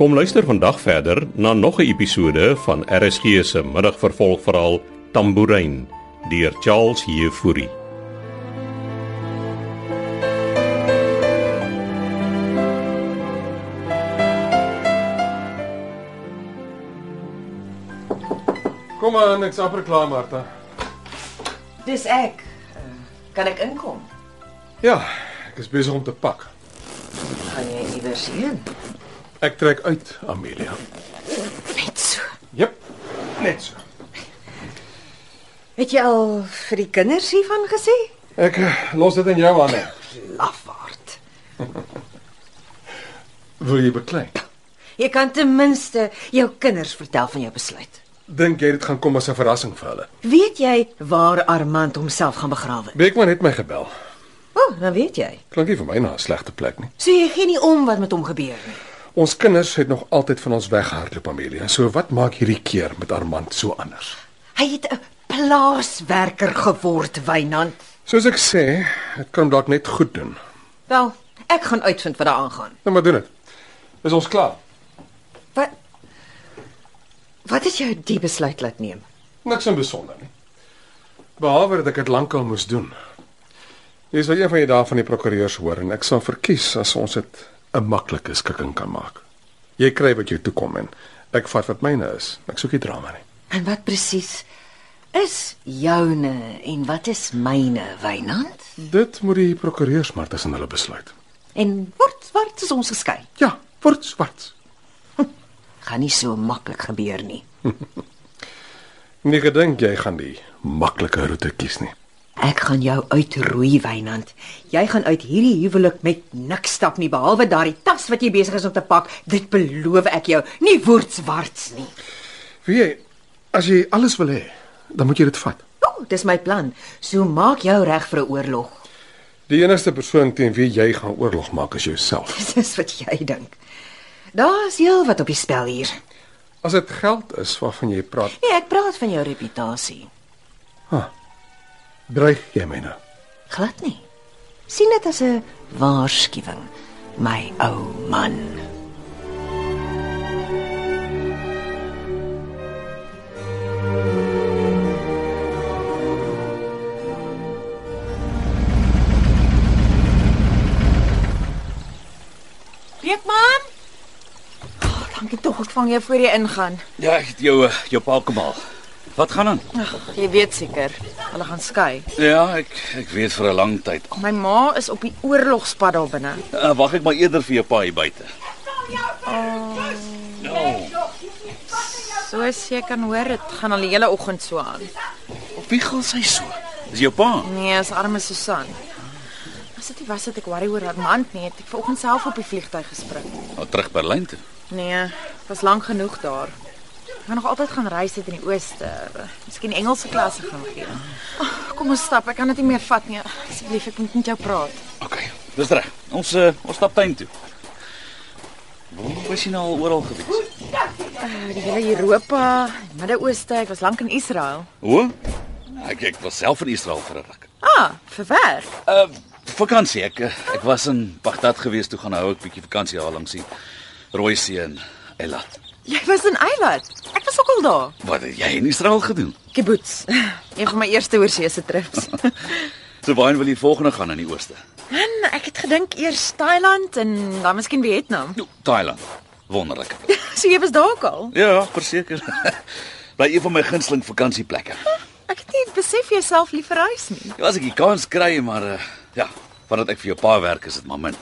Kom luister vandag verder na nog 'n episode van RSG se middagvervolgverhaal Tambourine deur Charles Heffury. Kom maar, niks afreklaam, Martha. Dis ek. Uh, kan ek inkom? Ja, ek is besig om te pak. Gaan jy iewers heen? Ek trek uit, Amelia. Net so. Jep. Net so. Het jy al vir die kinders hiervan gesê? Ek eh, los dit in jou hande. Lafaard. Wil jy beklei? Jy kan ten minste jou kinders vertel van jou besluit. Dink jy dit gaan kom as 'n verrassing vir hulle? Weet jy waar Armand homself gaan begrawe? Beekman het my gebel. O, oh, dan weet jy. Klink nie vir my na 'n slegte plek nie. So jy gee nie om wat met hom gebeur nie. Ons kinders het nog altyd van ons weggehardloop, Amelia. So wat maak hierdie keer met Armand so anders? Hy het 'n plaaswerker geword, Wynand. Soos ek sê, dit kan hom dalk net goed doen. Wel, ek gaan uitvind wat daar aangaan. Nou maar doen dit. Is ons klaar? Wat Wat het jou die besluit laat neem? Niks in besonder nie. Behalwe dat ek dit lankal moes doen. Jy sal een van die dae van die prokureurs hoor en ek sal verkies as ons dit 'n maklike skikking kan maak. Jy kry wat jou toekom en ek vat wat myne is. Ek soek nie drama nie. En wat presies is joune en wat is myne, Wynand? Dit moet die prokureurs maar tussen hulle besluit. En word swart is ons geskei. Ja, word swart. Gaan nie so maklik gebeur nie. Nie gedink jy gaan die maklike roete kies nie. Ek gaan jou uitroei, Wynand. Jy gaan uit hierdie huwelik met niks stap nie behalwe daardie tas wat jy besig is om te pak. Dit beloof ek jou. Nie word swarts nie. Wie jy as jy alles wil hê, dan moet jy dit vat. O, dis my plan. So maak jou reg vir 'n oorlog. Die enigste persoon teen wie jy gaan oorlog maak is jouself. Dis wat jy dink. Daar's heelwat op die spel hier. As dit geld is waarvan jy praat, Nee, ek praat van jou reputasie. Dreig jy my nou? Glad nie. sien dit as 'n waarskuwing, my ou man. Beekman? Oh, dankie tog ek vang jou voor jy ingaan. Ja, ek het jou eh, jou pa kom haal. Wat gaan aan? Ag, jy weet seker, hulle gaan skei. Ja, ek ek weet vir 'n lang tyd. My ma is op die oorlogspad daar binne. Uh, Wag ek maar eerder vir jou pa hier buite. Oh. Nou. Soos jy kan hoor, dit gaan al die hele oggend so aan. Op wie gaan sy so? Dis jou pa. Nee, is arme Susan. As dit nie was dat ek worry oor haar mand nie, het ek vanoggend self op die vliegtuig gespring. Nou terug Berlyn toe. Nee, ek was lank genoeg daar. Ek gaan nog altyd gaan reis dit in die ooste. Miskien Engelse klasse gaan gee. Oh, kom ons stap, ek kan dit nie meer vat nie. Asseblief, ek moet met jou praat. OK. Dis reg. Ons uh, ons stap tuin toe. Waar was jy nou al oral gewees? Die hele Europa, die Midde-Ooste, ek was lank in Israel. O? Ek ek was self in Israel vir 'n ruk. Ah, vir werk. Uh vakansie. Ek eh, ek was in Bagdad gewees toe gaan hou ek bietjie vakansie daar langs die Rooi See en Eilat. Jy was in Eilat. Ek was ook al daar. Wat het jy in Israel gedoen? Kibbutz. Een van my eerste oorseese trips. So waarheen wil jy volgende gaan in die ooste? Man, ek het gedink eers Thailand en dan miskien Vietnam. Nou, Thailand. Wonderlik. So jy was daar ook al. Ja, verseker. Bly een van my gunsteling vakansieplekke. Ek het nie besef jouself lief vir reis nie. Ja, as ek die kans kry, maar uh, ja, vandat ek vir jou pa werk is dit maar min.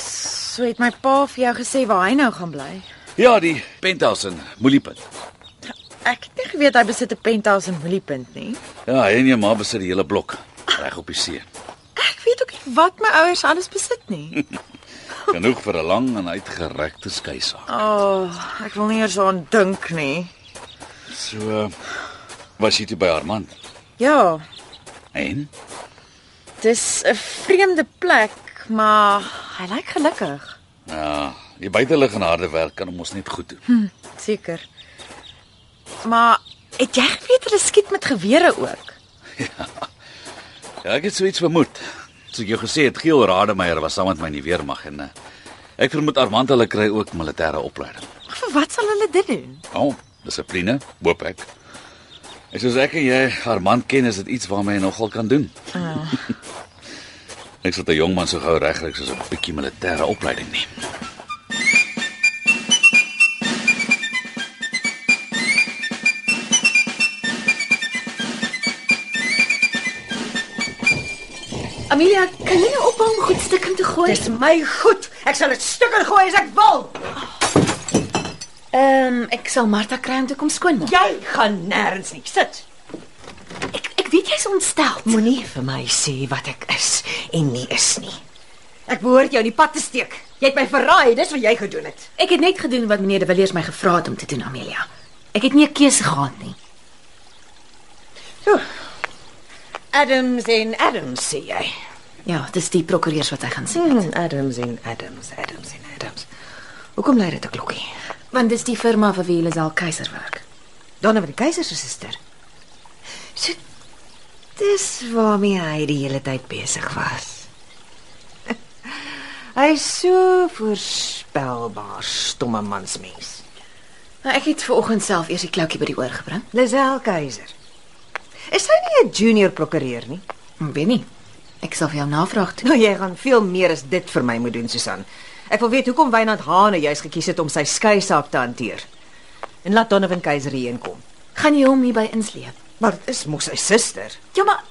So het my pa vir jou gesê waar hy nou gaan bly. Ja, die penthouse in Moeliepunt. Ek het nie geweet hy besit 'n penthouse in Williepunt nie. Ja, hy en jou ma besit die hele blok reg op die see. Ek weet ook nie wat my ouers alles besit nie. Genoeg vir 'n lang en uitgerekte skeisaak. O, oh, ek wil nie eers aan dink nie. So uh, was jy toe by haar man. Ja, En Dis 'n vreemde plek, maar hy lyk gelukkig. ja, die buitelug en harde werk kan hom ons net goed doen. Seker. Maar het jy geweet hulle skiet met gewere ook? Ja, ek het so iets vermoed. So ek jou gesê het Giel Rademeier was saam met my in die weermag en uh, Ek vermoed Armand hulle kry ook militêre opleiding. Vir wat sal hulle dit doen? O, oh, dissipline, hoop ek. En soos ek en jy Armand ken, is dit iets waarmee hy nogal kan doen. ek sal 'n jong man so gou regkry soos 'n bietjie militêre opleiding neem. Amelia, kan jy nou ophou om goed stukken te gooi? Dis my goed. Ek sal dit stukken gooi as ek wil. Ehm, ek sal Martha kry om te kom skoonmaak. Jy gaan nêrens nie. Sit. Ek ek weet jy's ontstel. Moenie vir my sê wat ek is en nie is nie. Ek behoort jou in die pad te steek. Jy het my verraai, dis wat jy gedoen het. Ek het net gedoen wat meneer De Villiers my gevra het om te doen, Amelia. Ek het nie 'n keuse gehad nie. So. Adams en Adams sê jy. Ja, dis die prokureurs wat hy gaan sien. Hmm, Adams en Adams, Adams en Adams. Hoekom lei dit 'n klokkie? Want dis die firma vir wie Lisel Keiser werk. Donovan die keiser se suster. So dis waarmee hy die hele tyd besig was. hy is so voorspelbaar stomme mansmens. Nou ek het ver oggend self eers die kloutjie by die oor gebring. Lisel Keiser. Is hy nie 'n junior prokureur nie? Ek Hm, weet nie. Ek sal vir jou navraag doen. Nou jy gaan veel meer as dit vir my moet doen, Susan. Ek wil weet hoekom Wynand Hane juis gekies het om sy skei saak te hanteer. En laat Donovan Keiser hierheen kom. Gaan jy hom hierby insleep? Maar dit is mos sy suster. Ja, maar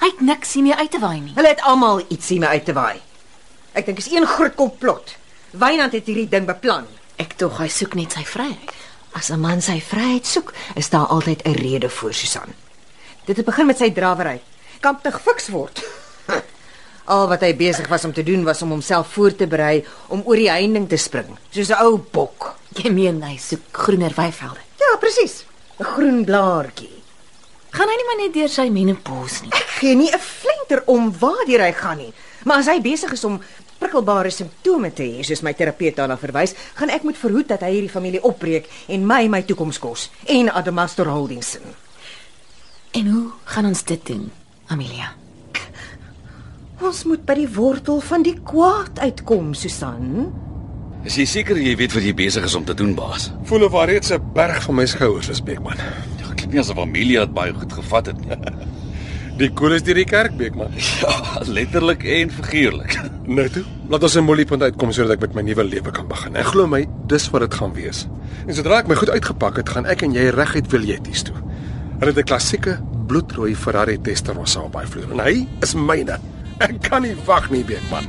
hy het niks hiermee uit te waai nie. Hulle het almal iets hiermee uit te waai. Ek dink is een groot komplot. Wynand het hierdie ding beplan. Ek tog hy soek net sy vryheid. As 'n man sy vryheid soek, is daar altyd 'n rede voor, Susan. Dit het begin met sy drawery. Kan te gefiks word. Al wat hy besig was om te doen was om homself voor te berei om oor die heining te spring, soos 'n ou bok. Jy meen hy soek groener weivelde. Ja, presies. 'n Groen blaartjie. Gaan hy nie maar net deur sy menopause nie. Ek gee nie 'n flinter om waartoe hy gaan nie. Maar as hy besig is om prikkelbare simptome te hê, soos my terapeut daarna verwys, gaan ek moet verhoed dat hy hierdie familie opbreek en my my toekoms kos en Adamastor Holdings se. En hoe gaan ons dit doen, Amelia? Ons moet by die wortel van die kwaad uitkom, Susan. Is jy seker jy weet wat jy besig is om te doen, baas? Voel of daar reeds 'n berg van my skouers is, Beekman. Ja, klink nie asof Amelia dit baie goed gevat het nie. Die koel is deur die kerk, Beekman. Ja, letterlik en figuurlik. Nou toe, laat ons 'n moliepunt uitkom sodat ek met my nuwe lewe kan begin. En glo my, dis wat dit gaan wees. En sodra ek my goed uitgepak het, gaan ek en jy reguit Viljetties toe. Hulle het 'n klassieke bloedrooi Ferrari Testarossa op my vloer en hy is myne. Ek kan nie wag nie, Beekman.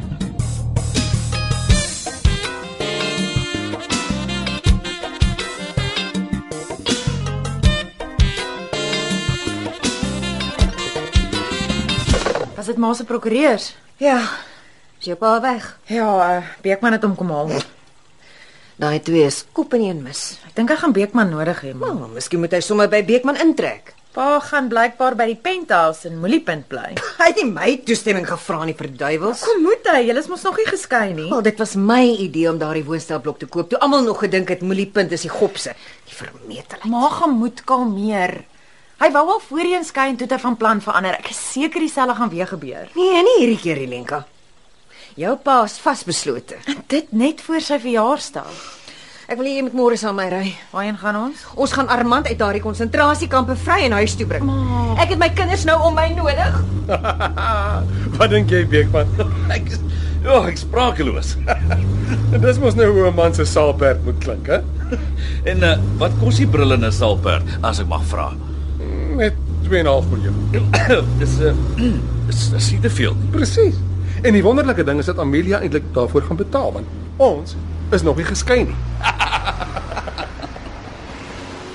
Was dit maar se prokureurs? Ja. Sy op haar weg. Ja, eh, Beekman het hom kom haal. Daai twee is koop en een mis. Ek dink hy gaan Beekman nodig hê. maar Maar miskien moet hy sommer by Beekman intrek. Pa gaan blykbaar by die penthouse in Moliepunt bly. Hy het nie my toestemming gevra nie, verduiwels. Kom moet hy, julle is mos nog nie geskei nie. Wel, Nou, dit was my idee om daardie woonstelblok te koop toe almal nog gedink het Moliepunt is die gopse, die vermeteling. Ma gaan moet kalmeer. Hy wou al voorheen skei en toe het hy van plan verander. Ek is seker dieselfde gaan weer gebeur. Nee, nie hierdie keer, Elenka. Jou pa is vasbeslote. Dit net voor sy verjaarsdag. Ek wil hê jy moet môre saam met my ry. Waarheen gaan ons? Ons gaan Armand uit daardie konsentrasiekamp bevry en huis toe bring. Ma. Ek het my kinders nou om my nodig. Wat dink jy, Beekman? Ek is Ja, ek is sprakeloos. Dis mos nou hoe 'n man se saalperd moet klink, hè? En uh, wat kos die brille in 'n salperd as ek mag vra? Net 2.5 miljoen. dis 'n uh, dis dis nie te veel nie. Presies. En die wonderlike ding is dat Amelia eintlik daarvoor gaan betaal want ons is nog nie geskei nie.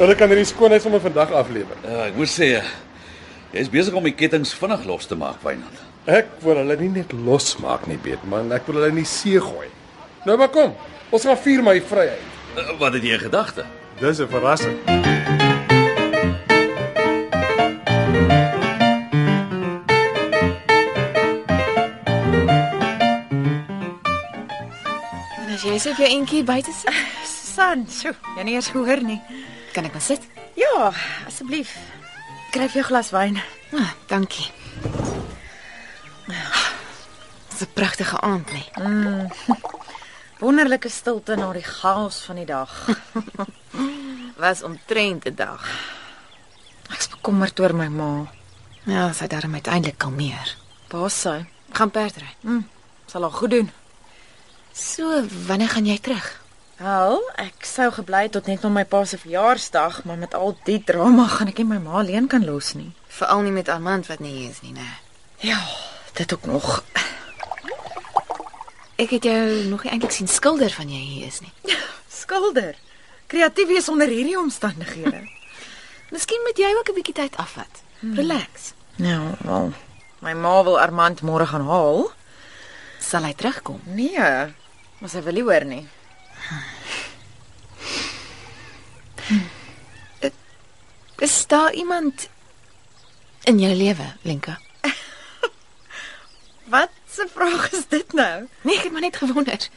Hulle kan hierdie skoonheid sommer vandag aflewer. Uh, ek moet sê uh, jy is besig om die kettinge vinnig los te maak, Wynand. Ek wil hulle nie net losmaak nie, weet man. Ek wil hulle nie see gooi. Nou maar kom. Ons gaan vier my vryheid. Uh, wat het jy in gedagte? Dis 'n verrassing. En as jy sê jy eentjie buite sit, San, sjoe, jy nie eers gehoor nie. kan ek maar sit. Ja, asseblief. Skryf jou glas wyn. Ah, dankie. Dis 'n pragtige aand, nee. Wonderlike stilte na die chaos van die dag. Was omtrent 'n dag. Ek's bekommerd oor my ma. Ja, sy het daarom uiteindelik kalmeer. Waar's sy? Gaan perdry. Sal haar goed doen. So, wanneer gaan jy terug? Wel, ek sou gebly het tot net na my pa se verjaarsdag, maar met al die drama gaan ek nie my ma alleen kan los nie. Veral nie met Armand wat nie hier is nie, né? Ja, dit ook nog. Ek het jou nog nie eintlik sien skilder van jy hier is nie. Skilder. Kreatief wees onder hierdie omstandighede. Miskien moet jy ook 'n bietjie tyd afvat. Relax. nou, wel. My ma wil Armand môre gaan haal. Sal hy terugkom? Nee, maar sy wil nie hoor nie. Is daar iemand in jou lewe, Lenka? Wat 'n vraag is dit nou? Nee, ek het maar net gewonder.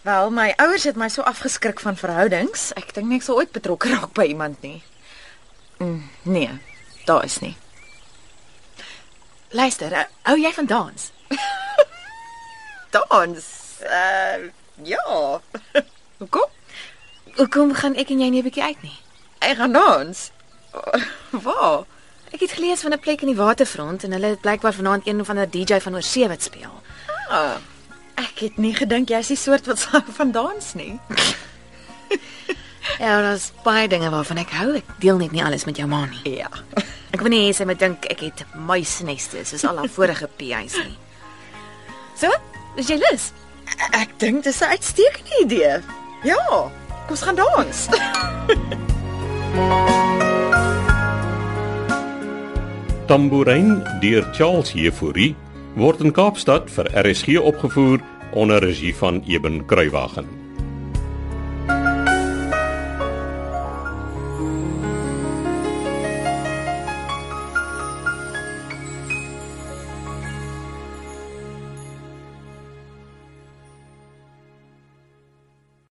Wel, my ouers het my so afgeskrik van verhoudings. Ek dink nie ek sal ooit betrokke raak by iemand nie. Mm, nee, daar is nie. Luister, hou- hou jy van dans? Dans. Uh, ja. Hoekom? Hoekom gaan ek en jy nie 'n bietjie uit nie? Ek gaan dans. er Waar? Ek het gelees van 'n plek in die waterfront en hulle het blykbaar vanaand een of ander DJ van oorsee wat speel. Ek het nie gedink jy's die soort wat sou van dans nie. Ja, daar's baie dinge waarvan ek hou. Ek deel net nie alles met jou ma nie. Ja. Ek wil nie hê sy moet dink ek het muisneste soos al haar vorige PI's nie. So, is jy lus? Ek dink dis 'n uitstekende idee. Ja, kom ons gaan dans. Tambourine deur Charles Jefouri word in Kaapstad vir RSG opgevoer onder regie van Eben Kruiwagen.